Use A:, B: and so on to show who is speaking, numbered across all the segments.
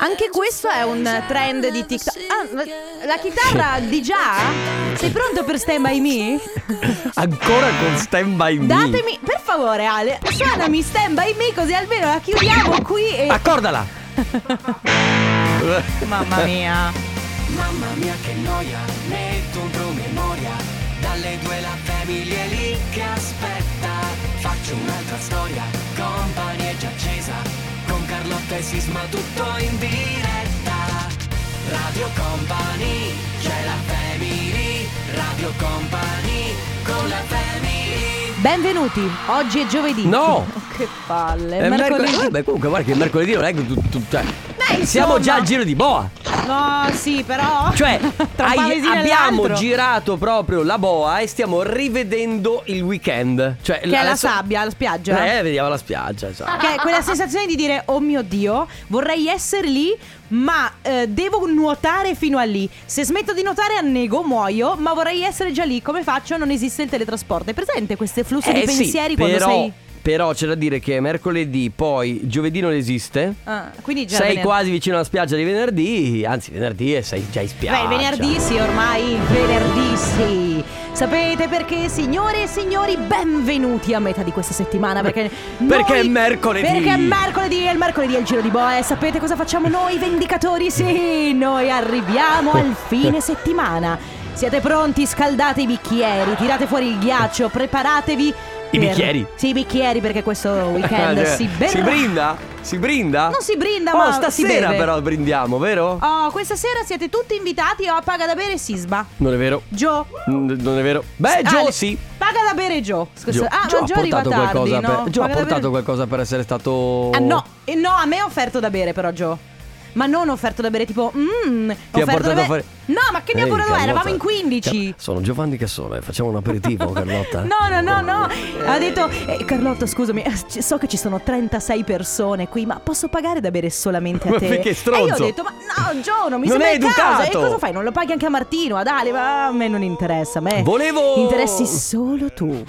A: Anche questo è un trend di TikTok. Ah, ma la chitarra di già? Sei pronto per Stand By Me?
B: Ancora con Stand By Me.
A: Datemi, per favore, Ale, suonami Stand By Me così almeno la chiudiamo qui e...
B: Accordala.
A: Mamma mia.
C: Mamma mia che noia, metto un promemoria. Dalle due la famiglia è lì che aspetta. Faccio un'altra storia, company è già accesa. Con Carlotta e Sisma tutto in diretta. Radio Company, c'è la family. Radio Company, con la family.
A: Benvenuti, oggi è giovedì.
B: No.
A: Che palle.
B: Eh, mercol-
A: Mercoledì.
B: Vabbè, comunque, guarda che mercoledì non è che tu- tu- cioè,
A: Beh,
B: Siamo
A: insomma.
B: già al giro di boa.
A: No, sì, però.
B: Cioè,
A: Tra un
B: hai-
A: paesino e
B: abbiamo
A: l'altro.
B: girato proprio la boa e stiamo rivedendo il weekend. Cioè,
A: Che è la sabbia, Ah, la spiaggia.
B: Eh, vediamo la spiaggia. esatto.
A: Che è quella sensazione di dire oh mio dio, vorrei essere lì, ma eh, devo nuotare fino a lì. Se smetto di nuotare annego, muoio, ma vorrei essere già lì. Come faccio? Non esiste il teletrasporto. È presente questo flusso
B: Eh
A: di
B: sì,
A: pensieri quando
B: però,
A: sei
B: però c'è da dire che mercoledì, poi giovedì non esiste.
A: Ah, quindi già
B: sei
A: venerdì.
B: quasi vicino alla spiaggia di venerdì, anzi venerdì e sei già in spiaggia.
A: Beh, venerdì sì, ormai venerdì sì. Sapete perché, signore e signori, benvenuti a metà di questa settimana. Perché,
B: perché
A: noi-
B: è mercoledì.
A: Perché è mercoledì e il mercoledì è il giro di boa. E sapete cosa facciamo noi, vendicatori? Sì, noi arriviamo al fine settimana. Siete pronti? Scaldate i bicchieri, tirate fuori il ghiaccio, preparatevi.
B: I
A: per-
B: bicchieri. Eh,
A: Sì, i bicchieri, perché questo weekend si berrà.
B: brinda? Si brinda?
A: Non si brinda,
B: oh,
A: ma si
B: stasera
A: beve.
B: però brindiamo, vero?
A: Oh, questa sera siete tutti invitati oh, a Paga da Bere e Sisba.
B: Non è vero.
A: Gio.
B: N- Non è vero. Beh, Gio
A: Ale,
B: sì.
A: Paga da bere Gio. Scusa.
B: Gio,
A: ah,
B: Gio
A: ma
B: ha
A: Gio arriva
B: portato
A: tardi,
B: qualcosa
A: no?
B: per Gio ha
A: Paga da
B: portato
A: bere-
B: qualcosa per essere stato
A: Ah no, Eh, no, a me ha offerto da bere però Gio. Ma non offerto da bere tipo mmm,
B: Ti
A: offerto
B: ha
A: da
B: portato
A: bere.
B: a fare
A: No, Ah, ma che ne ha
B: Ehi,
A: portato? Eravamo
B: Carlotta.
A: in 15.
B: Car- Sono Giovanni Cassone, facciamo un aperitivo, Carlotta.
A: No, no, no, no. Ha detto, "Eh, Carlotto, scusami, eh, ci- so che ci sono 36 persone qui, ma posso pagare da bere solamente a
B: Ma
A: te?
B: perché
A: E io ho
B: stronzo?
A: detto, ma no, Gio, non mi
B: Non
A: sembra
B: è
A: il caso. E
B: educato.
A: cosa fai? Non lo paghi anche a Martino, ad Ale? Ma a me non interessa, a me.
B: Volevo-
A: Interessi solo tu.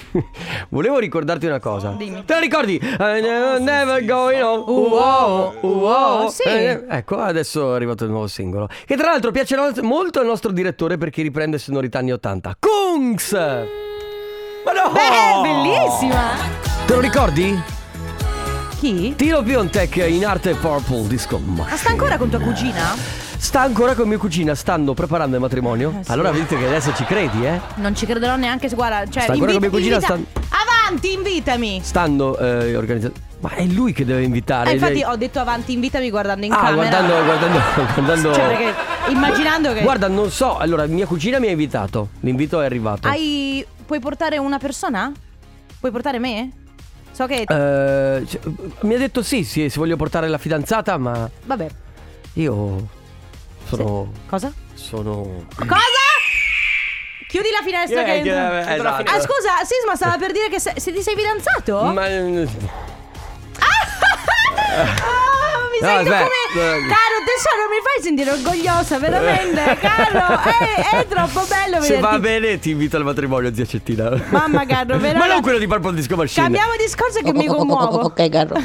B: Volevo ricordarti una cosa.
A: Dimmi.
B: Te la ricordi? I never- Never going home. Uoh, uoh.
A: Ah, Sì.
B: Eh, ecco, adesso è arrivato il nuovo singolo. Che tra l'altro piacerà molto al nostro direttore perché riprende sonorità anni 80. Kungs! Ma no!
A: Beh, bellissima.
B: Te lo ricordi?
A: Chi?
B: Tiro Piontek in arte Purple Disco
A: Ma
B: Machine.
A: sta ancora con tua cugina?
B: Sta ancora con mia cugina, stanno preparando il matrimonio.
A: Eh, sì.
B: Allora vedete che adesso ci credi, eh?
A: Non ci crederò neanche se guarda, cioè
B: Sta ancora
A: invita-
B: con mia cugina,
A: invita- Avanti, invitami.
B: Stanno eh, organizzando. Ma è lui che deve invitare.
A: Ah, infatti
B: lei-
A: ho detto avanti, invitami guardando in
B: Ah,
A: camera.
B: guardando, guardando, guardando.
A: Cioè, perché immaginando che
B: Guarda, non so. Allora, mia cugina mi ha invitato. L'invito è arrivato.
A: hai puoi portare una persona? Puoi portare me? So che
B: Eh, cioè, mi ha detto sì, sì, se voglio portare la fidanzata, ma
A: vabbè.
B: io sono.
A: Cosa?
B: Sono.
A: Cosa? Chiudi la finestra
B: Eh,
A: che
B: che-
A: entra.
B: eh, esatto.
A: Ah, scusa, Sisma stava per dire che se, se ti sei fidanzato?
B: Ma. eh,
A: Ah, mi
B: No, cioè, eh,
A: sento
B: aspetta.
A: come Caro tesoro mi fai sentire orgogliosa veramente Caro Eh, è, è troppo bello
B: Eh. Se va
A: vederti
B: bene, ti invito al matrimonio, zia Cettina.
A: Mamma Carlo
B: Ma non
A: veramente
B: quello di Purple Disco Machine.
A: Cambiamo discorso che mi commuovo Ok Carlo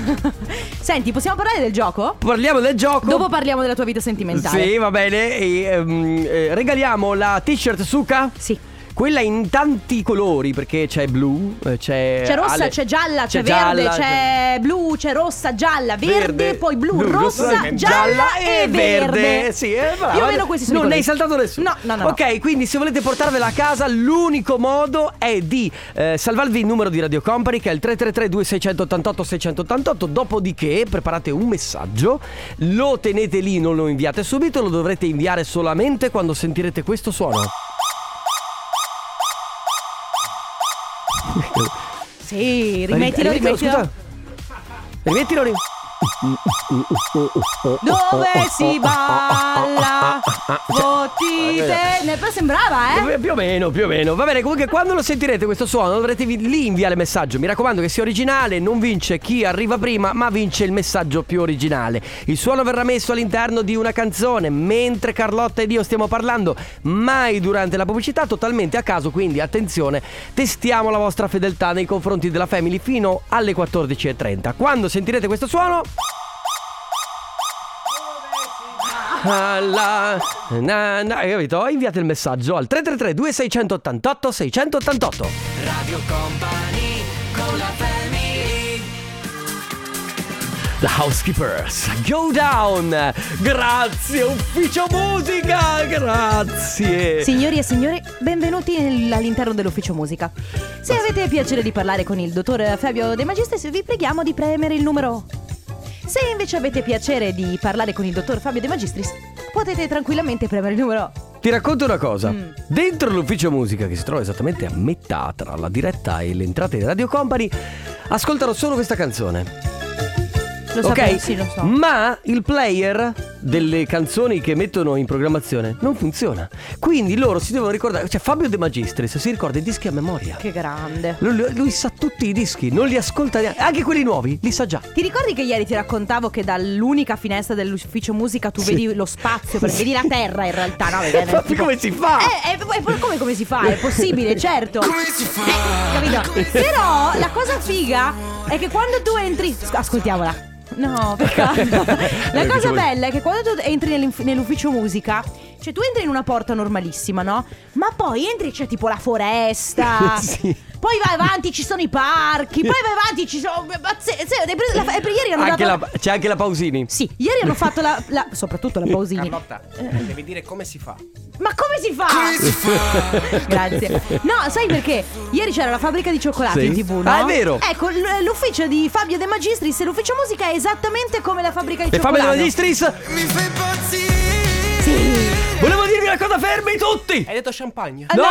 A: Senti possiamo parlare del gioco?
B: Parliamo del gioco.
A: Dopo parliamo della tua vita sentimentale
B: Sì, va bene. E, ehm, eh, regaliamo la t-shirt Suka.
A: Sì.
B: Quella in tanti colori perché c'è blu, eh, c'è
A: C'è rossa,
B: ale-
A: c'è gialla, c'è, verde,
B: gialla,
A: c'è blu, c'è rossa, gialla, verde, poi blu, rossa, gialla e verde.
B: Sì, eh, brava.
A: Più o meno questi sono
B: Non
A: i
B: ne hai
A: colori.
B: saltato nessuno.
A: No, no, no. no.
B: Ok, quindi se volete portarvela a casa, l'unico modo è di eh, salvarvi il numero di Radio Company che è il 333 2688 688, dopodiché preparate un messaggio, lo tenete lì, non lo inviate subito, lo dovrete inviare solamente quando sentirete questo suono.
A: Sì, rimettilo, rimettilo.
B: scusa. Rimettilo, rimettilo.
A: Dove si balla? Fottitene. Però sembrava, eh?
B: Eh, Più o meno, più o meno. Va bene, comunque quando lo sentirete questo suono dovrete vi- lì inviare il messaggio. Mi raccomando che sia originale, non vince chi arriva prima, ma vince il messaggio più originale. Il suono verrà messo all'interno di una canzone, mentre Carlotta ed io stiamo parlando, mai durante la pubblicità, totalmente a caso, quindi attenzione, testiamo la vostra fedeltà nei confronti della Family fino alle 14.30. Quando sentirete questo suono... alla- na- na- hai capito? Inviate il messaggio al 333 2688 688
C: Radio Company con la family
B: The Housekeepers Go Down Grazie Ufficio Musica Grazie
A: Signori e signori, benvenuti nel- all'interno dell'ufficio musica. Se avete il piacere di parlare con il dottor Fabio De Magistris, vi preghiamo di premere il numero. Se invece avete piacere di parlare con il dottor Fabio De Magistris, potete tranquillamente premere il numero.
B: Ti racconto una cosa.
A: Mm.
B: Dentro l'ufficio musica, che si trova esattamente a metà tra la diretta e le entrate di Radio Company, ascoltano solo questa canzone.
A: Lo
B: ok?
A: sapevo, sì, lo so.
B: Ma il player delle canzoni che mettono in programmazione non funziona. Quindi loro si devono ricordare. Cioè, Fabio De Magistris si ricorda i dischi a memoria.
A: Che grande.
B: Lui, lui sa tutti i dischi, non li ascolta neanche. Anche quelli nuovi, li sa già.
A: Ti ricordi che ieri ti raccontavo che dall'unica finestra dell'ufficio musica tu
B: Sì.
A: vedi lo spazio, perché
B: Sì.
A: vedi la terra in realtà, no? Vedi,
B: Ma come si fa?
A: Eh, eh, poi- poi come, come si fa? È possibile, certo. Come si fa? capito? Però la cosa figa è che quando tu entri... Sc- Ascoltiamola. No, peccato. La
B: L'ufficio
A: cosa
B: musica.
A: bella è che quando tu entri nell'inf- nell'ufficio musica, cioè tu entri in una porta normalissima, no? Ma poi entri c'è tipo la foresta.
B: Sì.
A: Poi vai avanti, ci sono i parchi. Poi vai avanti, ci sono. pazze- sì, hai preso la- eh, per ieri hanno
B: Anche
A: dato-
B: la- c'è anche la Pausini.
A: Sì, ieri hanno fatto la. la- soprattutto la Pausini.
D: devi dire come si fa.
A: Ma come si fa? Grazie. No, sai perché? Ieri c'era la fabbrica di cioccolati
B: Sì.
A: in tv, no?
B: Ah, è vero.
A: Ecco, l- l'ufficio di Fabio De Magistris e l'ufficio musica è esattamente come la fabbrica di
B: E Fabio
A: cioccolati.
B: De Magistris,
A: Sì.
B: volevo dirvi una cosa, fermi tutti!
D: Hai detto
A: Ah,
D: champagne?
B: No!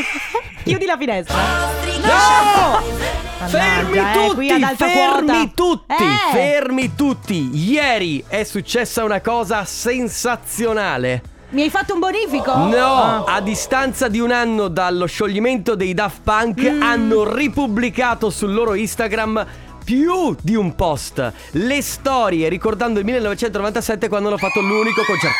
A: Chiudi la finestra.
B: No! Fermi
A: Mannaggia, eh, qui
B: tutti,
A: ad alta
B: fermi
A: quota.
B: tutti,
A: Eh.
B: fermi tutti. Ieri è successa una cosa sensazionale.
A: Mi hai fatto un bonifico?
B: No,
A: Ah.
B: a distanza di un anno dallo scioglimento dei Daft Punk
A: Mm.
B: hanno ripubblicato sul loro Instagram più di un post le storie ricordando il 1997 quando hanno fatto l'unico concerto.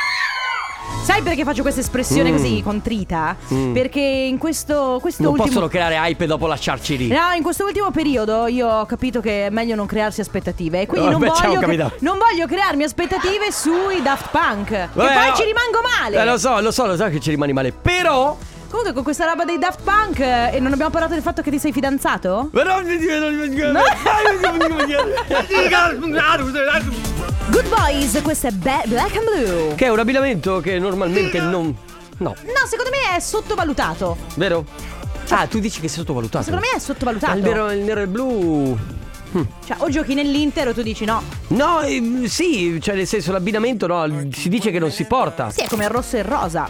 A: Sai perché faccio questa espressione così contrita? Perché in questo, questo
B: Mm. Non
A: ultimo
B: possono creare hype e dopo lasciarci lì.
A: No, in questo ultimo periodo io ho capito che è meglio non crearsi aspettative. E quindi
B: No,
A: non,
B: beh, ciao,
A: voglio che-
B: capitano.
A: non voglio crearmi aspettative sui Daft Punk. Che
B: Vabbè,
A: poi
B: no.
A: ci rimango male.
B: Eh, lo so, lo so, lo so che ci rimani male. Però.
A: Comunque, con questa roba dei Daft Punk, eh, e non abbiamo parlato del fatto che ti sei fidanzato?
B: Però.
A: Good Boys, questo è Ba- Black and Blue.
B: Che è un abbinamento che normalmente non. No,
A: No, secondo me è sottovalutato.
B: vero? Ah, tu dici che sei sottovalutato.
A: Secondo me è
B: Ma
A: sottovalutato.
B: il, vero- il nero e il blu. Hm.
A: Cioè, o giochi nell'Inter o tu dici no.
B: No, ehm, sì, cioè nel senso l'abbinamento no, si dice che non si porta.
A: Sì, è come il rosso e il rosa.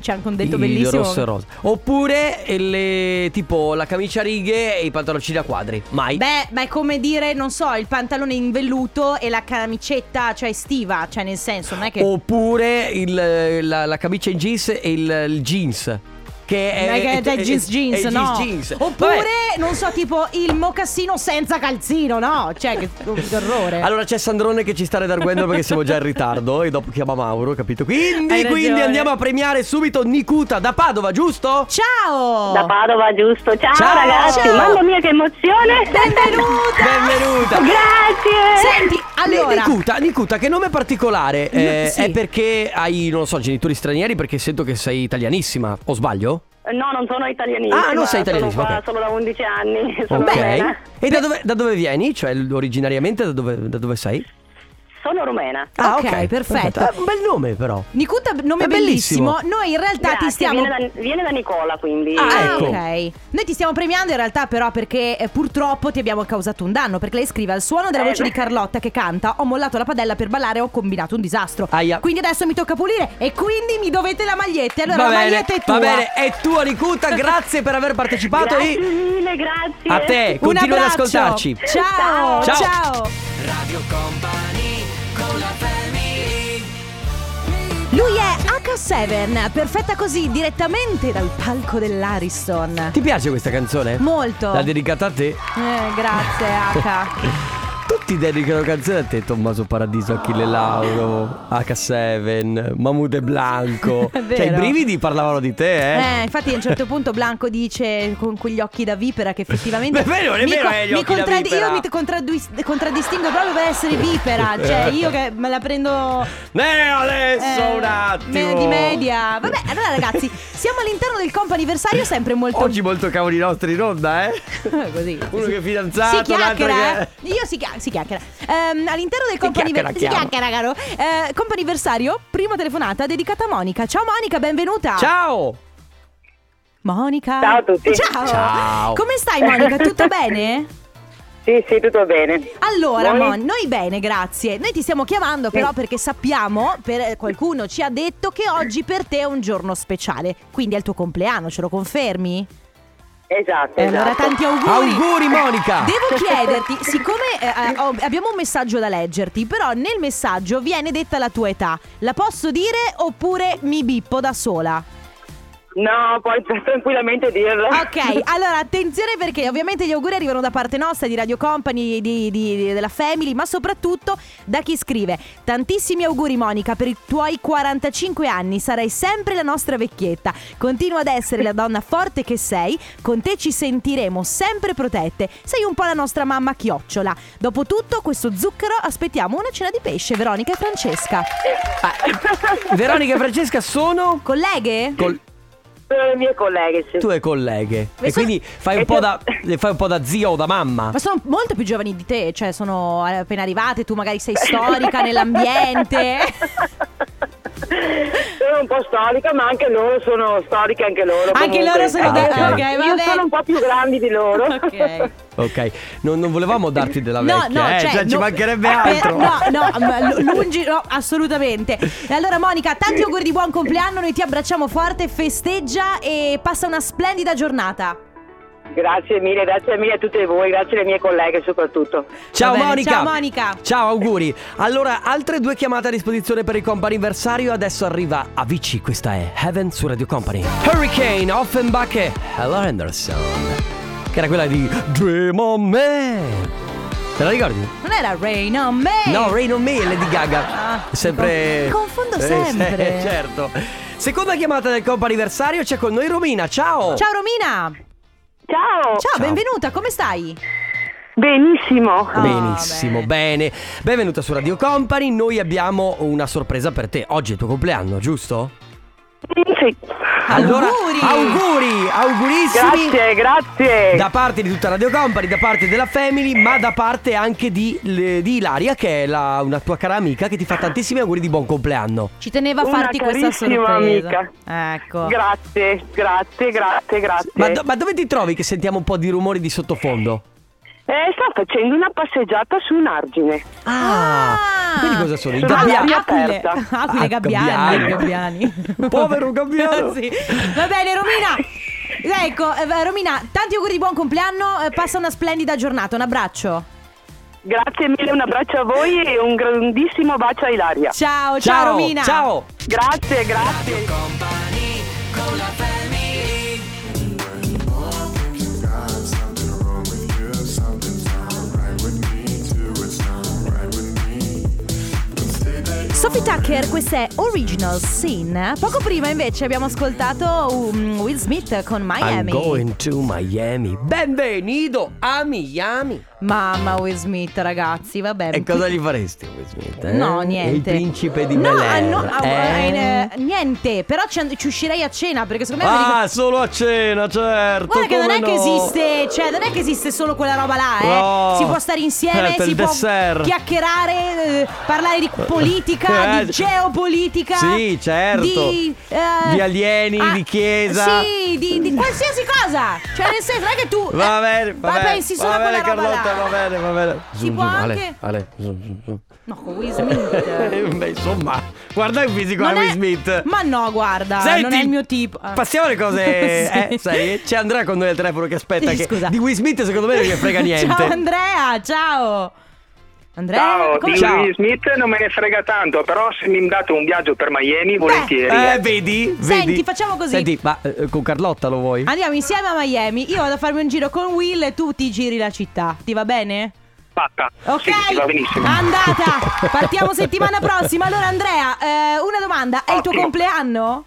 A: C'è anche un detto
B: Il
A: bellissimo.
B: rosso e rosa. Oppure eh, le, tipo la camicia a righe e i pantaloncini a quadri. Mai.
A: Beh, ma è come dire, non so, il pantalone in velluto e la camicetta, cioè estiva, cioè nel senso, non è
B: Oh,
A: che...
B: Oppure il- la, la camicia in jeans e il, il jeans. Che è,
A: non è che
B: è-
A: cioè,
B: è-
A: jeans
B: è-
A: jeans,
B: è
A: no?
B: eh, jeans.
A: Oppure,
B: Vabbè.
A: non so, tipo il mocassino senza calzino, no? Cioè, che, che orrore.
B: Allora c'è Sandrone che ci sta redarguendo perché siamo già in ritardo e dopo chiama Mauro, capito? Quindi,
A: Hai ragione.
B: quindi andiamo a premiare subito Nicuta da Padova, giusto?
A: Ciao!
E: Da Padova, giusto. Ciao,
B: Ciao.
E: ragazzi,
B: Ciao.
E: mamma mia che emozione!
A: Benvenuta!
B: Benvenuta!
E: Grazie!
A: Senti, allora...
B: Nicuta, Nicuta, che nome particolare? Eh,
A: sì.
B: È perché hai, non lo so, genitori stranieri perché sento che sei italianissima, o sbaglio?
E: No, non sono italianissima.
B: Ah, non sei italianissima,
E: Sono, qua
B: ok.
E: solo da 11 anni. Sono,
B: Ok.
E: rumena.
B: E da dove, da dove vieni? Cioè, originariamente da dove, da dove sei?
E: sono rumena.
A: Ah, Ok, perfetto.
B: Eh, un bel nome però.
A: Nicuta, nome
B: È bellissimo.
A: bellissimo. Noi in realtà ti
E: Grazie,
A: stiamo...
E: viene, da, viene da Nicola, quindi.
B: Ah, ecco.
A: ok. Noi ti stiamo premiando in realtà però perché eh, purtroppo ti abbiamo causato un danno perché lei scrive al suono della
E: Eh,
A: voce
E: beh.
A: di Carlotta che canta ho mollato la padella per ballare e ho combinato un disastro.
B: Aia.
A: Quindi adesso mi tocca pulire e quindi mi dovete la maglietta. E Allora
B: va
A: la
B: bene,
A: maglietta è tua.
B: va bene, è tua Nicuta, grazie per aver partecipato
E: grazie
B: e
E: mille, grazie.
B: a te,
A: Un
B: continua ad
A: abbraccio.
B: ascoltarci.
A: Ciao,
B: Ciao.
A: ciao.
C: Radio Company con la family
A: Lui è H7, perfetta così direttamente dal palco dell'Ariston.
B: Ti piace questa canzone?
A: Molto.
B: L'ha dedicata a te.
A: Eh, grazie H.
B: Tutti Tutti dedicano canzoni a te, Tommaso Paradiso, Achille Lauro, H7, Mamute Blanco.
A: È
B: Cioè, i
A: vero.
B: brividi parlavano di te, eh?
A: Eh, infatti a un certo punto Blanco dice con quegli occhi da vipera che effettivamente...
B: Beh, è vero, è
A: mi
B: vero,
A: co-
B: eh, gli
A: mi
B: occhi da
A: contraddi-
B: vipera.
A: Io mi contraddui- contraddistingo proprio per essere vipera, cioè io che me la prendo...
B: Eh, adesso
A: eh,
B: un attimo.
A: me- Di media. Vabbè, allora ragazzi, siamo all'interno del comp anniversario sempre molto...
B: Oggi molto cavoli nostri in onda, eh?
A: Così.
B: Uno che è fidanzato,
A: Si
B: l'altro
A: chiacchiera,
B: che-
A: eh. Io si, chia- si chiacchiera. Ehm, all'interno del comp
B: chiacchiera,
A: anniversario. Si
B: chiaro.
A: chiacchiera, caro. Eh, comp anniversario, prima telefonata dedicata a Monica. Ciao Monica, benvenuta.
B: Ciao!
A: Monica.
E: Ciao a tutti.
A: Ciao.
B: Ciao.
A: Come stai Monica? Tutto bene?
E: Sì, sì, tutto bene.
A: Allora,
E: Voi?
A: Mon, noi bene, grazie. Noi ti stiamo chiamando però perché sappiamo, per- eh, qualcuno ci ha detto che oggi per te è un giorno speciale. Quindi è il tuo compleanno, ce lo confermi?
E: Esatto,
A: E allora
E: esatto.
A: tanti auguri.
B: Auguri Monica!
A: Devo chiederti, siccome eh, ho- abbiamo un messaggio da leggerti, però nel messaggio viene detta la tua età. La posso dire oppure mi bippo da sola?
E: No, puoi tranquillamente dirlo.
A: Ok, allora attenzione perché ovviamente gli auguri arrivano da parte nostra, di Radio Company, di- di- di- della Family, ma soprattutto da chi scrive. Tantissimi auguri Monica per i tuoi 45 anni, sarai sempre la nostra vecchietta. Continua ad essere la donna forte che sei, con te ci sentiremo sempre protette. Sei un po' la nostra mamma chiocciola. Dopotutto questo zucchero aspettiamo una cena di pesce, Veronica e Francesca.
B: Veronica e Francesca sono
A: Colleghe?
B: col-
E: Sono le mie colleghe, sì.
B: tue colleghe.
A: Ma
B: E
A: sono-
B: quindi fai un
E: e
B: po'
E: tu-
B: da le fai un po' da zia o da mamma.
A: Ma sono molto più giovani di te, cioè sono appena arrivate, tu magari sei storica nell'ambiente.
E: Sono un po' storica, ma anche loro sono storiche, anche loro.
A: Anche
E: comunque.
A: loro sono
B: Ah,
A: da...
B: ok.
A: Ok,
B: Io
A: vabbè.
E: Io sono un po' più grandi di loro.
A: Ok.
B: Ok, non, non volevamo darti della vecchia, eh, cioè, ci
A: no,
B: mancherebbe
A: per-
B: altro.
A: no, no, ma lu- lungi, no, assolutamente. E allora, Monica, tanti auguri di buon compleanno, noi ti abbracciamo forte, festeggia e passa una splendida giornata.
E: Grazie mille, grazie mille a tutte voi, grazie alle mie colleghe soprattutto.
B: Ciao
A: Va bene,
B: Monica.
A: ciao, Monica.
B: Ciao, auguri. Allora, altre due chiamate a disposizione per il comp anniversario. Adesso arriva Avicii, questa è Heaven su Radio Company. Hurricane, Offenbach e Hello Henderson. Che era quella di Dream on Me. Te la ricordi?
A: Non era Rain on me.
B: No, Rain on Me e Lady Gaga.
A: Ah,
B: sempre.
A: mi confondo
B: Eh,
A: sempre.
B: sì, certo. Seconda chiamata del comp anniversario c'è con noi Romina. Ciao.
A: Ciao Romina.
E: Ciao!
A: Ciao,
B: Ciao.
A: benvenuta, come stai?
E: Benissimo!
A: Ah,
B: Benissimo,
A: bene.
B: bene. Benvenuta su Radio Company. Noi abbiamo una sorpresa per te. Oggi è il tuo compleanno, giusto?
E: Sì.
A: Auguri.
B: auguri, augurissimi.
E: Grazie, grazie!
B: Da parte di tutta Radio Company, da parte della Family, ma da parte anche di, le- di Ilaria, che è la- una tua cara amica che ti fa tantissimi auguri di buon compleanno.
A: Ci tenevo a
E: Una
A: farti questa
E: carissima
A: sorpresa.
E: amica.
A: Ecco.
E: Grazie, grazie, grazie, grazie.
B: Ma, do- ma dove ti trovi che sentiamo un po' di rumori di sottofondo?
E: Eh, sto facendo una passeggiata su un argine.
B: Ah, quindi cosa sono? I
E: Sono
B: gabbia-
E: alla
A: Gabbia- Aquile,
E: aperta.
A: Aquile
B: Ah,
A: Gabbiani,
B: gabbiani.
A: Gabbiani.
B: Povero gabbiano.
A: Sì. Va bene, Romina. Ecco, eh, Romina, tanti auguri di buon compleanno, eh, passa una splendida giornata, un abbraccio.
E: Grazie mille, un abbraccio a voi e un grandissimo bacio a Ilaria.
A: Ciao, ciao,
B: Ciao,
A: Romina.
B: ciao.
E: Grazie, grazie.
A: Sophie Tucker, questa è Original Sin. Poco prima invece abbiamo ascoltato um, Will Smith con
B: I'm
A: Miami.
B: going to Miami. Benvenido a Miami.
A: Mamma Will Smith, ragazzi, vabbè.
B: E cosa gli faresti a Will Smith? eh?
A: No, niente.
B: Il principe di
A: no,
B: Bel Air,
A: ah, no, ah,
B: eh?
A: eh, Niente, però ci, and- ci uscirei a cena perché secondo me...
B: Ah, solo a cena, certo.
A: Guarda che non
B: come
A: è che
B: no.
A: esiste, cioè non è che esiste solo quella roba là, eh.
B: No.
A: Si può stare insieme,
B: Certo,
A: si
B: il
A: può
B: dessert.
A: chiacchierare, eh, parlare di politica,
B: Eh,
A: di geopolitica.
B: sì, certo.
A: Di, eh,
B: Di alieni, di chiesa.
A: Sì, di, di qualsiasi cosa. Cioè nel senso, non è che tu
B: Va
A: eh,
B: bene, va
A: ma
B: bene.
A: pensi solo
B: va
A: a
B: bene,
A: quella roba
B: Carlotta,
A: là.
B: va bene, va bene.
A: Si può
B: Ale,
A: anche-
B: Ale, zoom, zoom, zoom.
A: No, con Will Smith.
B: Eh, Beh, insomma, guarda il fisico
A: Non
B: di Will
A: è-
B: Smith.
A: Ma no, guarda,
B: Senti,
A: non è il mio tipo. Ah.
B: Passiamo alle cose.
A: Sì.
B: eh, sai, c'è Andrea con noi al telefono che aspetta. Che
A: Scusa.
B: di Will Smith, secondo me, non gli frega niente.
A: ciao Andrea, ciao. Andrea,
F: Ciao,
A: come
F: di
B: Ciao.
F: Will Smith non me ne frega tanto, però se mi date un viaggio per Miami, volentieri.
B: Eh, vedi,
A: Senti,
B: vedi.
A: facciamo così.
B: Senti, ma eh, con Carlotta lo vuoi?
A: Andiamo insieme a Miami. Io vado a farmi un giro con Will e tu ti giri la città. Ti va bene?
F: fatta.
A: Ok,
F: Sì, sì, va benissimo.
A: andata. Partiamo settimana prossima. Allora, Andrea, eh, una domanda: è il tuo
F: Ottimo.
A: compleanno?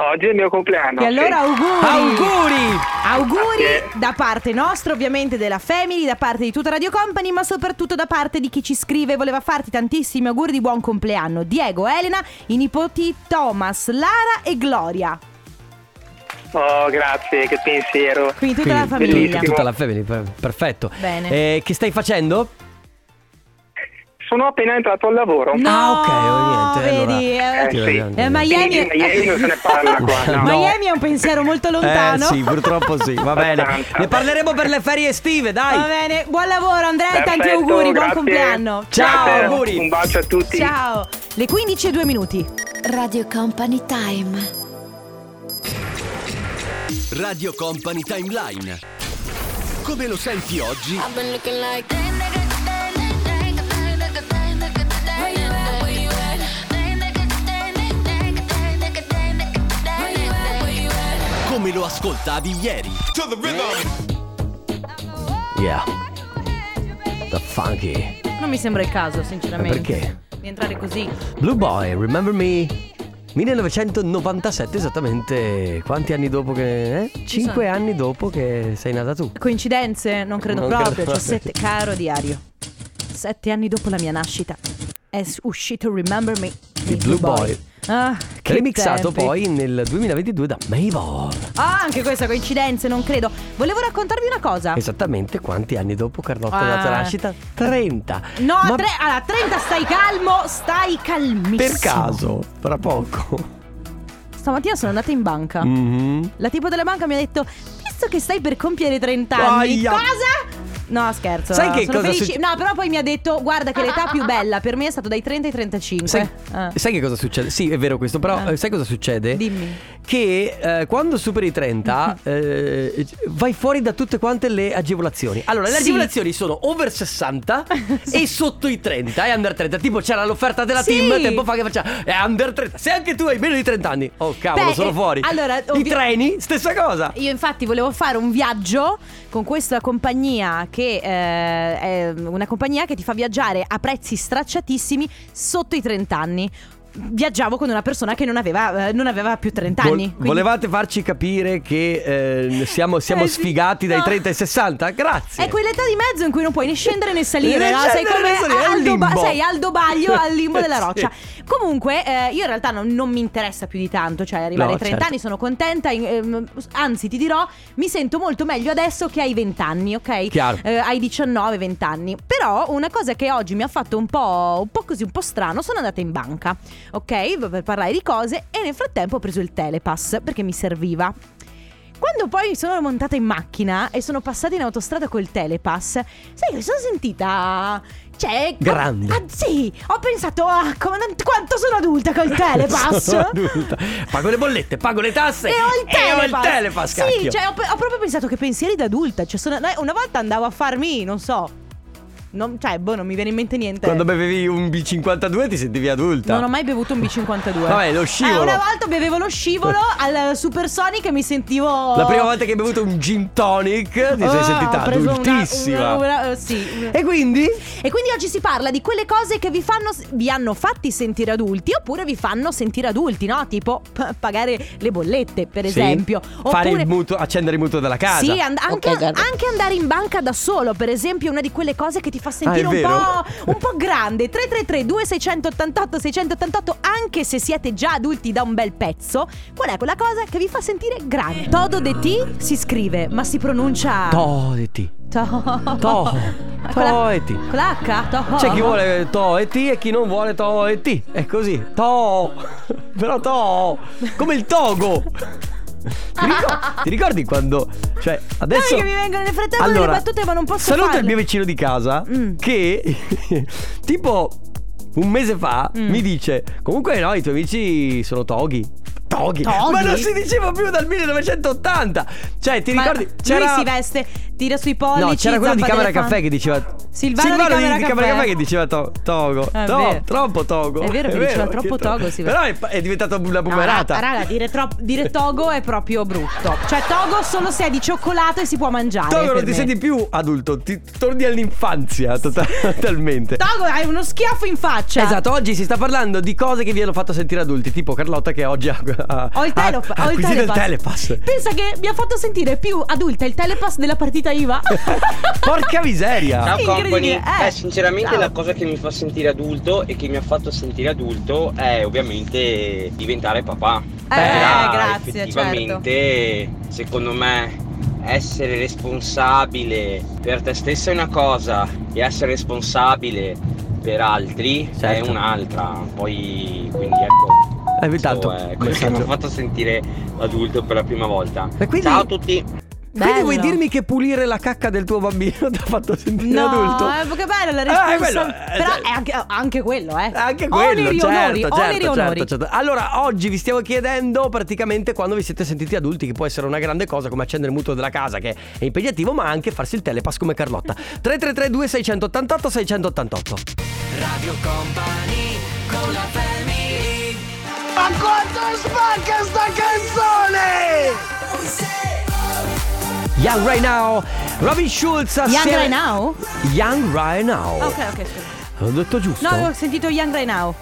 F: Oggi è il mio compleanno.
A: Ah. e allora,
F: sì.
A: auguri.
B: Auguri!
A: Auguri
F: Grazie.
A: da parte nostra, ovviamente della Family, da parte di tutta Radio Company, ma soprattutto da parte di chi ci scrive. Voleva farti tantissimi auguri di buon compleanno. Diego, Elena, i nipoti Thomas, Lara e Gloria.
F: Oh, grazie, che pensiero.
A: Quindi tutta la
B: Quindi,
A: famiglia.
B: Tutta la famiglia, per- perfetto.
A: Bene.
B: Eh, che stai facendo?
F: Sono appena entrato al lavoro.
A: No,
B: ah, ok, oh, niente.
A: vedi,
B: allora-
F: eh, sì.
B: niente.
A: Eh, Miami,
F: Quindi Miami non se ne parla qua, no.
A: Miami è un pensiero molto lontano.
B: Eh sì, purtroppo sì, va bene.
F: Abbastanza.
B: Ne parleremo per le ferie estive, dai.
A: Va bene, buon lavoro Andrea e tanti
F: Perfetto,
A: auguri, buon
F: grazie.
A: compleanno.
B: Ciao,
F: Grazie.
B: auguri.
F: Un bacio a tutti.
A: Ciao. Le 15 e 2 minuti.
G: Radio Company Time.
H: Radio Company Timeline. Come lo senti oggi? Come lo ascoltavi ieri?
B: Yeah. The funky.
A: Non mi sembra il caso, sinceramente.
B: Ma perché?
A: Di entrare così.
B: Blue Boy, Remember Me. 1997 esattamente quanti anni dopo che... Eh? Cinque
A: sono.
B: anni dopo che sei nata tu.
A: Coincidenze? Non credo
B: Non
A: proprio.
B: credo
A: Cioè,
B: proprio.
A: sette- caro diario. Sette anni dopo la mia nascita è s- uscito Remember Me
B: Di Blue Boy.
A: Ah, che
B: Remixato
A: tempi.
B: poi nel 2022 da Mavor.
A: Ah, anche questa coincidenze, non credo. Volevo raccontarvi una cosa.
B: Esattamente quanti anni dopo Carlotta
A: Ah.
B: la tua nascita? 30.
A: No,
B: Ma
A: a tre- alla 30 stai calmo, stai calmissimo.
B: per caso, tra poco.
A: Stamattina sono andata in banca.
B: Mhm.
A: La tipo della banca mi ha detto Visto che stai per compiere 30 anni
B: Aia.
A: Cosa? No scherzo
B: Sai
A: no,
B: che
A: sono
B: cosa
A: felice-
B: succe-
A: No però poi mi ha detto Guarda che l'età più bella per me è stata dai 30 ai 35
B: Sai,
A: Ah.
B: sai che cosa succede? Sì, è vero questo, però
A: Eh.
B: eh, sai cosa succede?
A: Dimmi
B: Che eh, quando superi i 30 eh, vai fuori da tutte quante le agevolazioni. Allora, le
A: Sì.
B: agevolazioni sono over 60 e sotto i 30 e under 30. Tipo c'era l'offerta della
A: Sì.
B: team tempo fa che faceva è under 30. Se anche tu hai meno di 30 anni, oh cavolo,
A: Beh,
B: sono
A: eh,
B: fuori.
A: allora,
B: I
A: ovvi-
B: treni, stessa cosa.
A: io infatti volevo fare un viaggio con questa compagnia che eh, è una compagnia che ti fa viaggiare a prezzi stracciatissimi sotto i 30 anni. Viaggiavo con una persona che non aveva, eh, non aveva più 30
B: Vol-
A: anni. quindi-
B: Volevate farci capire che eh, siamo, siamo
A: Eh sì,
B: sfigati dai
A: no.
B: 30 ai 60? Grazie.
A: È quell'età di mezzo in cui non puoi né scendere né salire,
B: Né
A: no? sei
B: scendere né
A: come
B: salire, è il
A: Aldo, Ba-
B: limbo.
A: sei Aldo Baglio al limbo della
B: Sì.
A: roccia. Comunque, eh, io in realtà non, non mi interessa più di tanto, cioè arrivare
B: No,
A: ai 30
B: certo.
A: anni sono contenta, in- ehm, anzi ti dirò, mi sento molto meglio adesso che ai 20 anni, ok?
B: Chiaro.
A: Eh, ai 19-20 anni. Però una cosa che oggi mi ha fatto un po', un po' così, un po' strano, sono andata in banca, ok? Per parlare di cose e nel frattempo ho preso il telepass perché mi serviva. Quando poi sono montata in macchina e sono passata in autostrada col telepass, sai che mi sono sentita... Cioè,
B: Grande.
A: Ah, sì, ho pensato, ah, comandante, quanto sono adulta col telepass.
B: Sono adulta. Pago le bollette, pago le tasse
A: Eh, E ho il telepass.
B: ho il telepass,
A: Sì,
B: cacchio.
A: cioè ho, pe- ho proprio pensato che pensieri da adulta. Cioè, sono- no, una volta andavo a farmi, non so. non- cioè, boh, non mi viene in mente niente.
B: Quando bevevi un B52 ti sentivi adulta.
A: non ho mai bevuto un B52.
B: Vabbè, lo scivolo.
A: Eh, una volta bevevo lo scivolo al Supersonic e mi sentivo.
B: La prima volta che hai bevuto un gin tonic ti sei
A: Ah,
B: sentita
A: ho preso una-
B: adultissima.
A: una- una- eh, sì.
B: E quindi?
A: E quindi oggi si parla di quelle cose che vi fanno vi hanno fatti sentire adulti oppure vi fanno sentire adulti, no? Tipo p- pagare le bollette, per
B: Sì.
A: esempio,
B: Fare
A: oppure
B: il mutuo, accendere il mutuo della casa.
A: Sì, and- anche, anche andare in banca da solo, per esempio, è una di quelle cose che ti fa sentire un,
B: Ah, vero?
A: po', un po' grande. 333 2688 688 anche se siete già adulti da un bel pezzo, qual è quella cosa che vi fa sentire grande? Todo de ti si scrive, ma si pronuncia
B: Toeti.
A: To.
B: To.
A: Con la-
B: Toeti.
A: Con la H? To.
B: C'è chi vuole Toeti e chi non vuole Toeti. È così. To. Però To. Come il togo. Ti ricor- ti ricordi quando. Cioè, adesso.
A: Dai, che mi vengono nel frattempo delle battute, ma non posso
B: Saluto il
A: farle.
B: mio vicino di casa
A: Mm.
B: che.
A: Mm.
B: tipo. Un mese fa mi dice: Comunque, no, i tuoi amici sono toghi. To- toghi.
A: Toghi?
B: Ma non si diceva più dal 1980. Cioè, ti
A: Ma
B: ricordi?
A: Lui si veste, tira sui pollici.
B: No, c'era quello di
A: zampa
B: Camera
A: d'elefante.
B: Caffè che diceva
A: Silvano, di Camera
B: di
A: Caffè.
B: che diceva to- Togo
A: È
B: To-
A: vero.
B: Troppo Togo
A: È vero che diceva
B: perché
A: troppo
B: to-
A: Togo, sì.
B: Però è, è diventata una
A: No,
B: bumerata
A: ra- raga, dire, tro- dire Togo è proprio brutto. Cioè, Togo solo se è di cioccolato e si può mangiare.
B: Togo
A: per
B: non ti
A: me.
B: senti più adulto Ti torni all'infanzia tota- Totalmente
A: Togo hai uno schiaffo in faccia.
B: Esatto, oggi si sta parlando di cose che vi hanno fatto sentire adulti, tipo Carlotta che oggi ha, ha,
A: Ho il,
B: ha-
A: telop-
B: ha
A: ho il
B: Ah, acquisito
A: telepass.
B: il telepass.
A: Pensa che mi ha fatto sentire più adulta il telepass della partita IVA. Eh,
B: Porca miseria!
I: Ciao company,
A: Incredibile, eh.
I: eh, sinceramente
A: Ciao.
I: la cosa che mi fa sentire adulto e che mi ha fatto sentire adulto è ovviamente diventare papà.
A: Eh,
I: Era
A: grazie, certo.
I: Effettivamente, secondo me, essere responsabile per te stessa è una cosa e essere responsabile per altri
B: Certo.
I: è un'altra. Poi, quindi ecco.
B: Hai evitato
I: questo è
B: il
I: quello che mi ha
B: messaggio.
I: fatto sentire adulto per la prima volta.
B: E quindi-
I: Ciao a tutti.
B: Quindi vuoi
A: Bello.
B: dirmi che pulire la cacca del tuo bambino ti ha fatto sentire
A: No,
B: adulto?
A: eh, che bello la
B: Ah, è
A: risposta.
B: quello, eh,
A: Però
B: cioè-
A: è anche, anche quello, eh.
B: Anche quello,
A: oneri,
B: certo,
A: onori,
B: certo,
A: oneri,
B: certo,
A: onori.
B: certo. Allora, oggi vi stiamo chiedendo praticamente quando vi siete sentiti adulti, che può essere una grande cosa come accendere il mutuo della casa, che è impegnativo, ma anche farsi il telepass come Carlotta. 3332 688 688 Young Right Now, Robin Schulz
A: Young
B: assieme...
A: Right Now?
B: Young Right Now.
A: Ah, Ok, ok, scusa.
B: L'ho detto giusto?
A: No, ho sentito Young Right Now.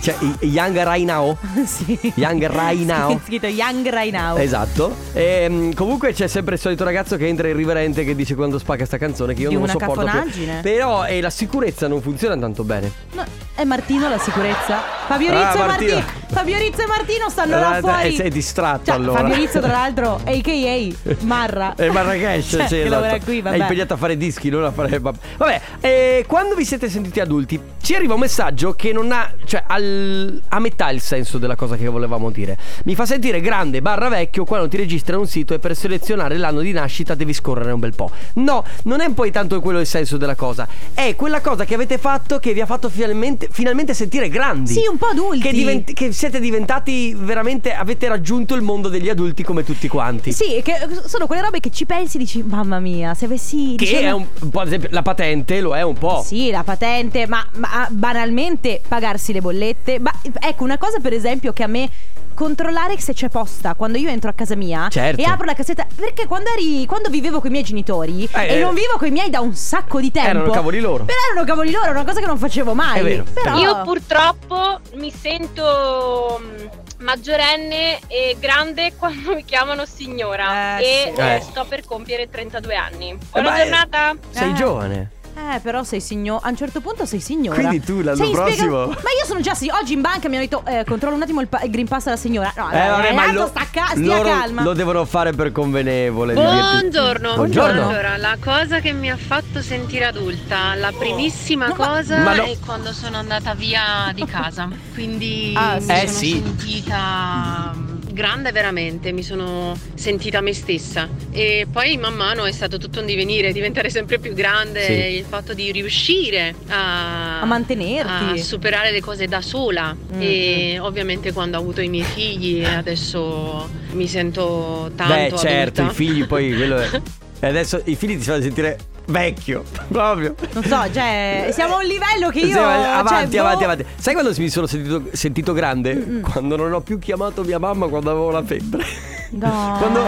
B: Cioè, i- Young Right Now?
A: sì.
B: Young Right Now?
A: Sì, scritto Young Right Now.
B: Esatto. Ehm, comunque c'è sempre il solito ragazzo che entra irriverente che dice quando spacca sta canzone che io
A: Di
B: non lo
A: una
B: sopporto più.
A: cafonaggine.
B: Però eh, la sicurezza non funziona tanto bene.
A: No, è Martino la sicurezza. Fabio
B: Ah,
A: Rizzo, e
B: Martino.
A: Martino. Fabio Rizzo e Martino stanno là
B: Eh,
A: fuori.
B: sei distratto,
A: Cioè,
B: allora.
A: Fabio Rizzo, tra l'altro, a.k.a. Marra.
B: E Marrakesh,
A: Cioè,
B: Eh, sì,
A: che lavora
B: esatto.
A: qui, vabbè.
B: È impegnata a fare dischi, non a fare. vabbè. Vabbè, eh, quando vi siete sentiti adulti, ci arriva un messaggio che non ha. cioè, al- a metà il senso della cosa che volevamo dire. Mi fa sentire grande barra vecchio quando ti registra un sito e per selezionare l'anno di nascita devi scorrere un bel po'. No, non è poi tanto quello il senso della cosa. È quella cosa che avete fatto che vi ha fatto finalmente, finalmente sentire grandi.
A: Sì, un po' adulti.
B: Che, divent- che siete diventati veramente. avete raggiunto il mondo degli adulti come tutti quanti.
A: Sì, che sono quelle robe che ci pensi e dici, mamma mia, se avessi...
B: Che
A: diciamo-
B: è un, un po' ad esempio, la patente lo è un po'.
A: Sì, la patente, ma, ma banalmente pagarsi le bollette. Ma ecco, una cosa per esempio che a me controllare se c'è posta quando io entro a casa mia
B: Certo.
A: e apro la cassetta perché quando, eri- quando vivevo con i miei genitori
B: Eh,
A: e
B: eh.
A: non vivo con i miei da un sacco di tempo
B: Erano cavoli loro.
A: però erano cavoli loro una cosa che non facevo mai
B: È vero.
A: però
J: Io purtroppo mi sento mh, maggiorenne e grande quando mi chiamano signora
A: Eh,
J: e
A: sì.
J: eh,
B: Eh.
J: sto per compiere 32 anni.
B: Eh,
J: Buona
B: ma è-
J: giornata!
B: Sei
A: Eh.
B: giovane.
A: Eh, però sei signore. A un certo punto sei signora.
B: Quindi tu l'anno
A: Sei inspiega-
B: prossimo-
A: Ma io sono già. sì, Oggi in banca mi hanno detto: eh, controllo un attimo il, pa- il Green Pass alla signora. No,
B: Eh, vabbè, ma
A: tanto
B: lo-
A: sta ca- stia
B: loro
A: calma.
B: lo devono fare per convenevole. di dirti-
J: Buongiorno.
B: Buongiorno.
J: Allora, la cosa che mi ha fatto sentire adulta, la primissima
A: No, ma-
J: cosa
B: ma no.
J: è quando sono andata via di casa. Quindi
A: Ah,
J: mi
A: sì.
J: sono
B: Eh, sì.
J: sentita mm, grande veramente, mi sono sentita me stessa. E poi man mano è stato tutto un divenire, diventare sempre più grande,
B: Sì.
J: il fatto di riuscire a,
A: A mantenerti.
J: a superare le cose da sola
A: Mm.
J: e ovviamente quando ho avuto i miei figli adesso mi sento tanto
B: Beh, certo,
J: adulta.
B: i figli poi quello è. E adesso i figli ti fanno sentire vecchio. Proprio.
A: Non so, cioè, siamo a un livello che io.
B: Sì, ma- avanti,
A: cioè, boh-
B: avanti, avanti. Sai quando mi sono sentito, sentito grande? Quando non ho più chiamato mia mamma quando avevo la febbre.
A: No.
B: Quando,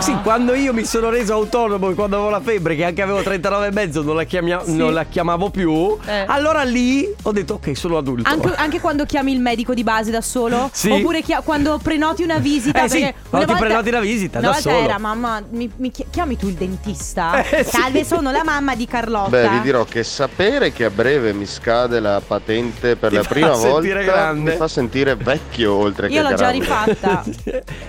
B: sì, quando io mi sono reso autonomo e quando avevo la febbre, che anche avevo 39 e mezzo, non la, chiamia-
A: Sì.
B: non la chiamavo più.
A: Eh.
B: Allora lì ho detto, ok, sono adulto.
A: Anche, anche quando chiami il medico di base da solo?
B: Sì.
A: Oppure chi- quando prenoti una visita?
B: Eh sì,
A: perché
B: quando
A: una
B: ti
A: volta-
B: prenoti la visita,
A: una
B: da
A: volta
B: solo.
A: era mamma, mi, mi chi- chiami tu il dentista?
B: Eh, sì.
A: Salve, sono la mamma di Carlotta.
K: Beh, vi dirò che sapere che a breve mi scade la patente per
B: Ti
K: la
B: fa
K: prima
B: sentire
K: volta
B: grande.
K: mi fa sentire vecchio oltre che
A: Io l'ho già
K: grande.
A: rifatta.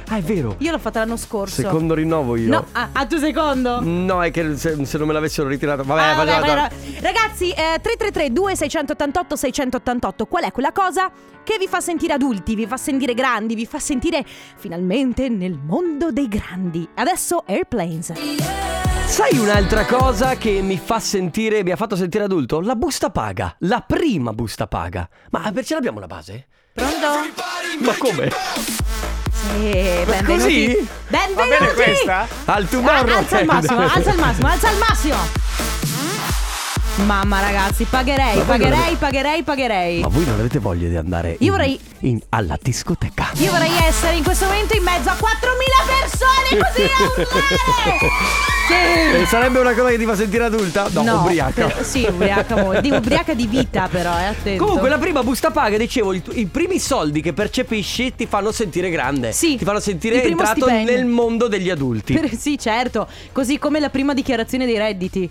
B: ah, è vero.
A: Io l'ho fatta l'anno scorso.
B: Secondo rinnovo io.
A: No, ah, a tu secondo?
B: No, è che se, se non me l'avessero ritirato. Vabbè,
A: Ah, vabbè,
B: vabbè,
A: vabbè,
B: vabbè.
A: vabbè. Ragazzi, eh, 333 2688 688 qual è quella cosa che vi fa sentire adulti, vi fa sentire grandi, vi fa sentire finalmente nel mondo dei grandi? Adesso Airplanes.
B: Sai un'altra cosa che mi fa sentire, mi ha fatto sentire adulto? La busta paga, la prima busta paga. Ma per ce l'abbiamo la base?
A: Pronto?
B: Ma come?
A: Sì, Eh, benvenuti.
B: Così?
A: Benvenuti.
B: Va bene questa? Al tomorrow.
A: Ah, alza il massimo, alza il massimo, alza il massimo. Mamma ragazzi, pagherei,
B: Ma voi
A: pagherei,
B: dovete-
A: pagherei, pagherei.
B: Ma voi non avete voglia di andare in-
A: Io vorrei-
B: in- alla discoteca?
A: Io vorrei essere in questo momento in mezzo a 4.000 persone così a urlare.
B: Eh, Sarebbe una cosa che ti fa sentire adulta? No,
A: No,
B: ubriaca.
A: per- sì, ubriaca molto. Di ubriaca di vita però, eh, attento.
B: Comunque la prima busta paga, dicevo, il tu- i primi soldi che percepisci ti fanno sentire grande.
A: Sì.
B: Ti fanno sentire
A: Il primo
B: entrato
A: stipendio.
B: nel mondo degli adulti.
A: Per- sì, certo, così come la prima dichiarazione dei redditi.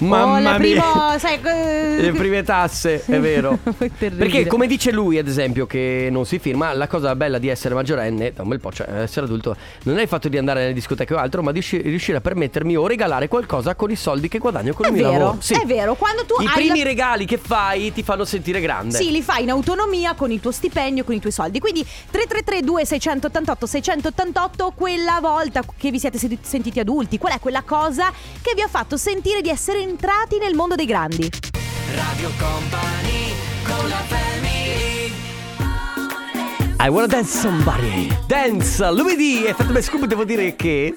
B: Mamma
A: o la
B: mia.
A: prima, sai, eh,
B: Le prime tasse, è vero.
A: terribile.
B: Perché come dice lui, ad esempio, che non si firma, la cosa bella di essere maggiorenne, da un bel po', cioè essere adulto, non è il fatto di andare nelle discoteche o altro, ma di riusci- riuscire a permettermi o regalare qualcosa con i soldi che guadagno con
A: È
B: il mio
A: vero,
B: lavoro. Sì.
A: è vero, quando tu
B: I
A: hai
B: primi
A: la-
B: regali che fai ti fanno sentire grande.
A: Sì, li fai in autonomia con il tuo stipendio, con i tuoi soldi. Quindi 3332 688 688 quella volta che vi siete sedu- sentiti adulti, qual è quella cosa che vi ha fatto sentire di essere entrati nel mondo dei grandi?
B: I wanna dance somebody. Dance! Lunedì e fatto scoop devo dire che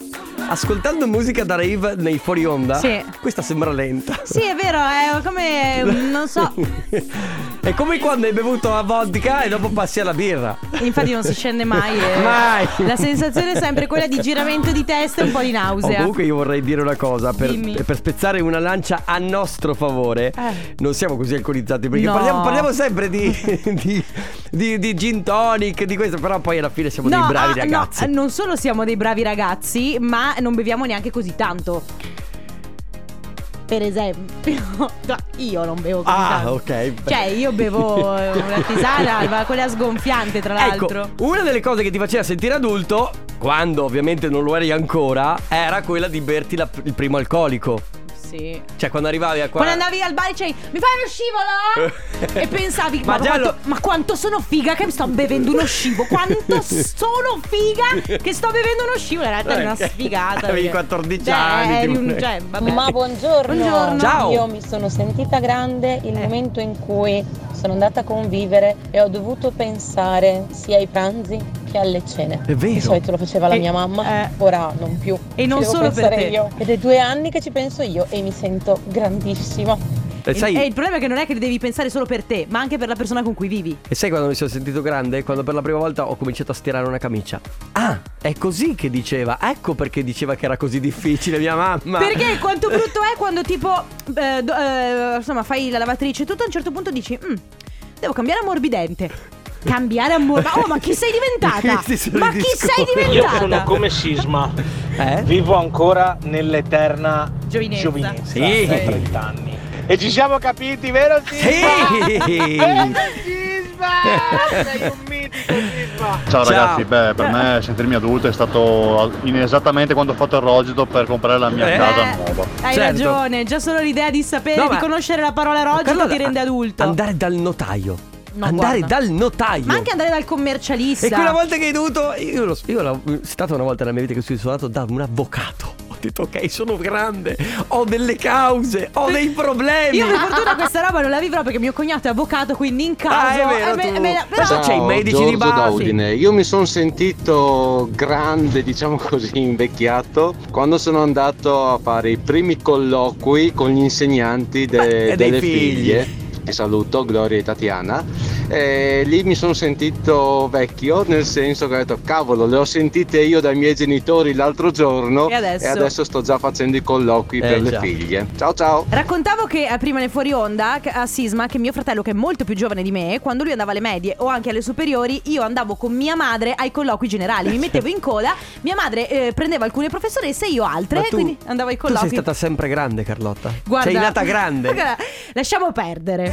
B: ascoltando musica da rave nei fuori onda,
A: Sì.
B: questa sembra lenta.
A: Sì, è vero, è come non so,
B: è come quando hai bevuto a vodka e dopo passi alla birra.
A: infatti non si scende mai. eh.
B: Mai.
A: La sensazione è sempre quella di giramento di testa e un po' di
B: Oh,
A: nausea.
B: comunque io vorrei dire una cosa per,
A: Dimmi.
B: per spezzare una lancia a nostro favore.
A: Eh.
B: Non siamo così alcolizzati perché
A: No.
B: parliamo, parliamo sempre di, di, di- di gin tonic, di questo, però poi alla fine siamo dei bravi
A: ah,
B: ragazzi.
A: no, non solo siamo dei bravi ragazzi, ma non beviamo neanche così tanto. Per esempio, no, io non bevo così
B: Ah,
A: tanto.
B: ok.
A: Cioè, io bevo eh, una tisana, ma quella sgonfiante, tra l'altro.
B: Ecco, una delle cose che ti faceva sentire adulto, quando ovviamente non lo eri ancora, era quella di berti la- il primo alcolico.
A: Sì.
B: Cioè, quando arrivavi a qua.
A: Quando andavi al bar e dicevi, mi fai uno scivolo? e pensavi,
B: Ma
A: ma,
B: già
A: quanto,
B: lo-
A: ma quanto sono figa che sto bevendo uno scivolo? Quanto sono figa che sto bevendo uno scivolo? In realtà eri una
B: Ok.
A: sfigata.
B: Avevi
A: perché-
B: 14
A: Cioè,
B: anni,
A: eri
B: tipo-
A: un- cioè, vabbè.
L: Ma buongiorno.
A: Buongiorno. Eh.
B: Ciao.
L: Io mi sono sentita grande il momento in cui sono andata a convivere e ho dovuto pensare sia ai pranzi che alle cene.
B: È vero.
L: Di solito lo faceva la
A: E- eh.
L: mia mamma, ora non più.
A: E
L: Ci
A: non
L: devo
A: solo per
L: pensare
A: te.
L: Io. Ed è due anni che ci penso io e mi sento grandissima.
B: E sai,
A: E il problema è che non è che devi pensare solo per te, ma anche per la persona con cui vivi.
B: e sai quando mi sono sentito grande? Quando per la prima volta ho cominciato a stirare una camicia. Ah, è così che diceva. Ecco perché diceva che era così difficile mia mamma. Eh?
A: Perché quanto brutto è quando tipo, eh, do- eh, insomma, fai la lavatrice e tutto a un certo punto dici, "Mm, devo cambiare ammorbidente. Cambiare ammorbidente. Oh, ma chi sei diventata?
B: Questi sono
A: ma
B: i
A: chi sei
B: discorsi.
M: Io
A: diventata?
M: sono come Sisma,
B: Eh?
M: vivo ancora nell'eterna
A: Giovinezza.
M: giovinezza,
B: Sì.
M: ho 30 anni. E ci siamo capiti, vero Sisma?
B: Sì.
M: Vero Sisma? Sei un mitico Sisma!
K: Ciao,
B: Ciao.
K: ragazzi, beh, per me sentirmi adulto è stato in- esattamente quando ho fatto il rogito per comprare la mia
B: Eh.
K: casa nuova.
A: Hai
B: Certo.
A: ragione, già solo l'idea di sapere,
B: No,
A: di
B: ma-
A: conoscere la parola rogito
B: Carlotta,
A: ti rende adulto.
B: Andare dal notaio.
A: No,
B: andare
A: guarda.
B: dal notaio.
A: ma anche andare dal commercialista.
B: E quella volta che hai dovuto. Io, l'ho- io l'ho- è stata una volta nella mia vita che sono suonato da un avvocato. Ho detto, ok, sono grande, ho delle cause, ho dei problemi.
A: Io per fortuna questa roba non la vivrò perché mio cognato è avvocato, quindi in caso...
B: Ah, è vero,
A: eh, me-
B: tu- Esatto.
A: me la- però-
B: Adesso c'è Cioè, i medici di base.
N: Io mi sono sentito grande, diciamo così, invecchiato quando sono andato a fare i primi colloqui con gli insegnanti de-
B: Beh, e dei
N: eh, delle
B: figli.
N: figlie. Ti saluto, Gloria e Tatiana. E lì mi sono sentito vecchio, nel senso che ho detto, cavolo, le ho sentite io dai miei genitori l'altro giorno
A: E adesso?"
N: sto già facendo i colloqui
B: Eh,
N: per le
B: già.
N: figlie. Ciao ciao!
A: Raccontavo che eh, prima nel fuori onda che- a Sisma che mio fratello, che è molto più giovane di me, quando lui andava alle medie o anche alle superiori, io andavo con mia madre ai colloqui generali. Mi mettevo in coda, mia madre eh, prendeva alcune professoresse e io altre,
B: Ma tu-
A: quindi andavo ai
B: Tu
A: colloqui.
B: sei stata sempre grande, Carlotta.
A: Guarda,
B: sei nata grande.
A: Guarda, Lasciamo perdere.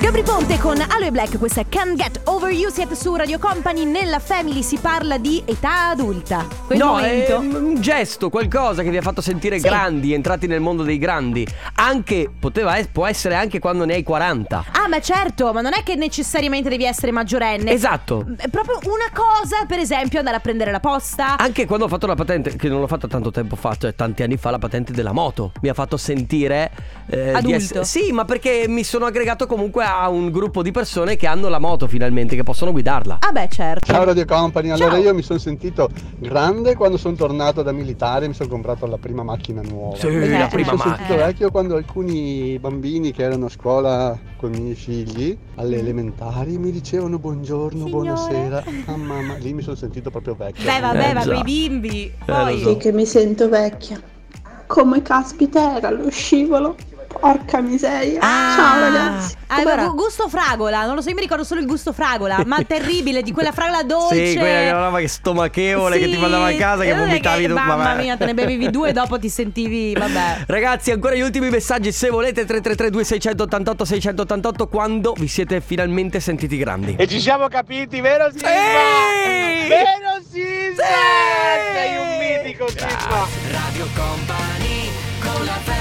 A: Gabri Ponte con Aloe Black, questa è Can't Get Over You, siete su Radio Company, nella Family si parla di età adulta. Quel
B: no, ehm.
A: momento.
B: è un gesto, qualcosa che vi ha fatto sentire grandi, entrati nel mondo dei grandi. Anche, poteva, es- può essere anche quando ne hai 40.
A: Ah, ma certo, ma non è che necessariamente devi essere maggiorenne.
B: Esatto.
A: È proprio una cosa, per esempio, andare a prendere la posta.
B: Anche quando ho fatto la patente, che non l'ho fatta tanto tempo fa, cioè tanti anni fa, la patente della moto, mi ha fatto sentire... eh, di
A: Adulto.
B: essere- sì, ma perché mi sono aggregato comunque a un gruppo di persone che hanno la moto finalmente, che possono guidarla.
A: Ah, beh, certo.
O: Ciao Radio Company, allora io mi sono sentito grande quando sono tornato da militare e mi sono comprato la prima macchina nuova.
B: Eh, Sì, la
O: Mi
B: prima
O: sono sentito
B: macchina.
O: vecchio quando alcuni bambini che erano a scuola con i miei figli, alle elementari, mi dicevano buongiorno, buonasera, a Ah, mamma. Lì mi sono sentito proprio vecchio.
A: Beh,
B: Eh,
A: vabbè, ma quei bimbi. Poi.
P: Sì che mi sento vecchia. Come caspita era lo scivolo? Porca miseria. Ciao ragazzi.
A: Ah, gu- gusto fragola, non lo so, io mi ricordo solo il gusto fragola, ma terribile, di quella fragola dolce.
B: Sì, quella è una roba che stomachevole che
A: Sì,
B: ti mandava a casa, che
A: non è
B: vomitavi dopo.
A: Mamma
B: vabbè.
A: mia, te ne bevevi due e dopo ti sentivi, vabbè.
B: Ragazzi, ancora gli ultimi messaggi se volete 333 2688 688 quando vi siete finalmente sentiti grandi.
M: E ci siamo capiti, vero Sisma? Vero Sisma? Sei un mitico Sisma. Radio Company con la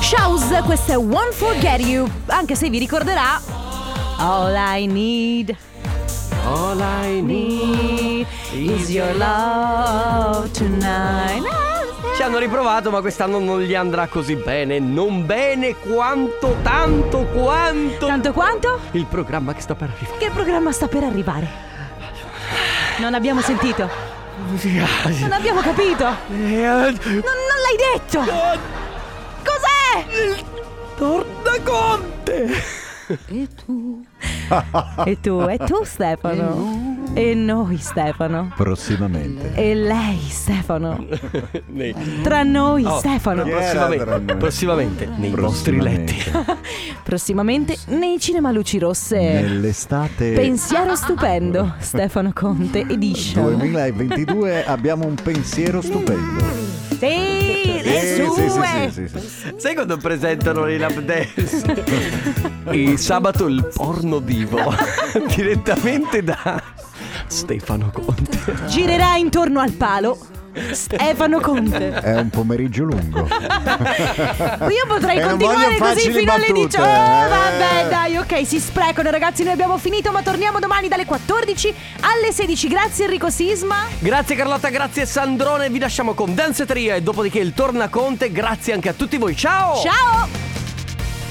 A: Shouse, questo è One Forget You, anche se vi ricorderà All I Need.
B: All I
A: need is your love tonight.
B: Ci hanno riprovato, ma quest'anno non gli andrà così bene. Non bene quanto, tanto quanto.
A: Tanto quanto?
B: Il programma che sta per arrivare.
A: Che programma sta per arrivare? Non abbiamo sentito. Non abbiamo capito. Non, non l'hai detto. Cos'è?
B: Torna Conte.
A: E tu? E tu? E tu Stefano? E noi Stefano?
Q: Prossimamente.
A: E lei Stefano?
B: Nei-
A: Tra noi Stefano.
B: no, prossimamente, prossimamente, nei vostri letti.
A: Prossimamente nei cinema luci rosse.
Q: Nell'estate
A: Pensiero stupendo, Stefano Conte Edition.
Q: 2022 abbiamo un pensiero stupendo.
A: Sì, le
Q: Eh, Sì, sì, sì,
A: sue.
Q: sì, sì, sì.
B: Sai quando presentano i lap dance? il sabato il porno divo. direttamente da Stefano Conte.
A: Girerà intorno al palo. Stefano Conte.
Q: È un pomeriggio lungo.
A: Io potrei
Q: E non
A: continuare
Q: voglio
A: così
Q: facili
A: fino alle
Q: battute,
A: 18. Oh,
Q: eh.
A: vabbè, dai, ok, si sprecano ragazzi, noi abbiamo finito, ma torniamo domani dalle 14 alle 16. Grazie Enrico Sisma.
B: Grazie Carlotta, grazie Sandrone, vi lasciamo con Danzetria e dopodiché il Torna Conte, grazie anche a tutti voi, ciao!
A: Ciao!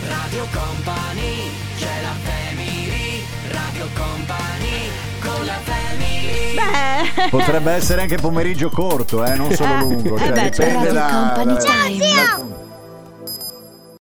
C: Radio Company, c'è la family. Radio Company, con la family.
A: Beh.
Q: Potrebbe essere anche pomeriggio corto, eh, non solo lungo. Cioè,
C: eh beh,
Q: dipende
C: certo.
Q: da,
C: Radio
Q: da-
C: Company
Q: da-
C: Time.
Q: da-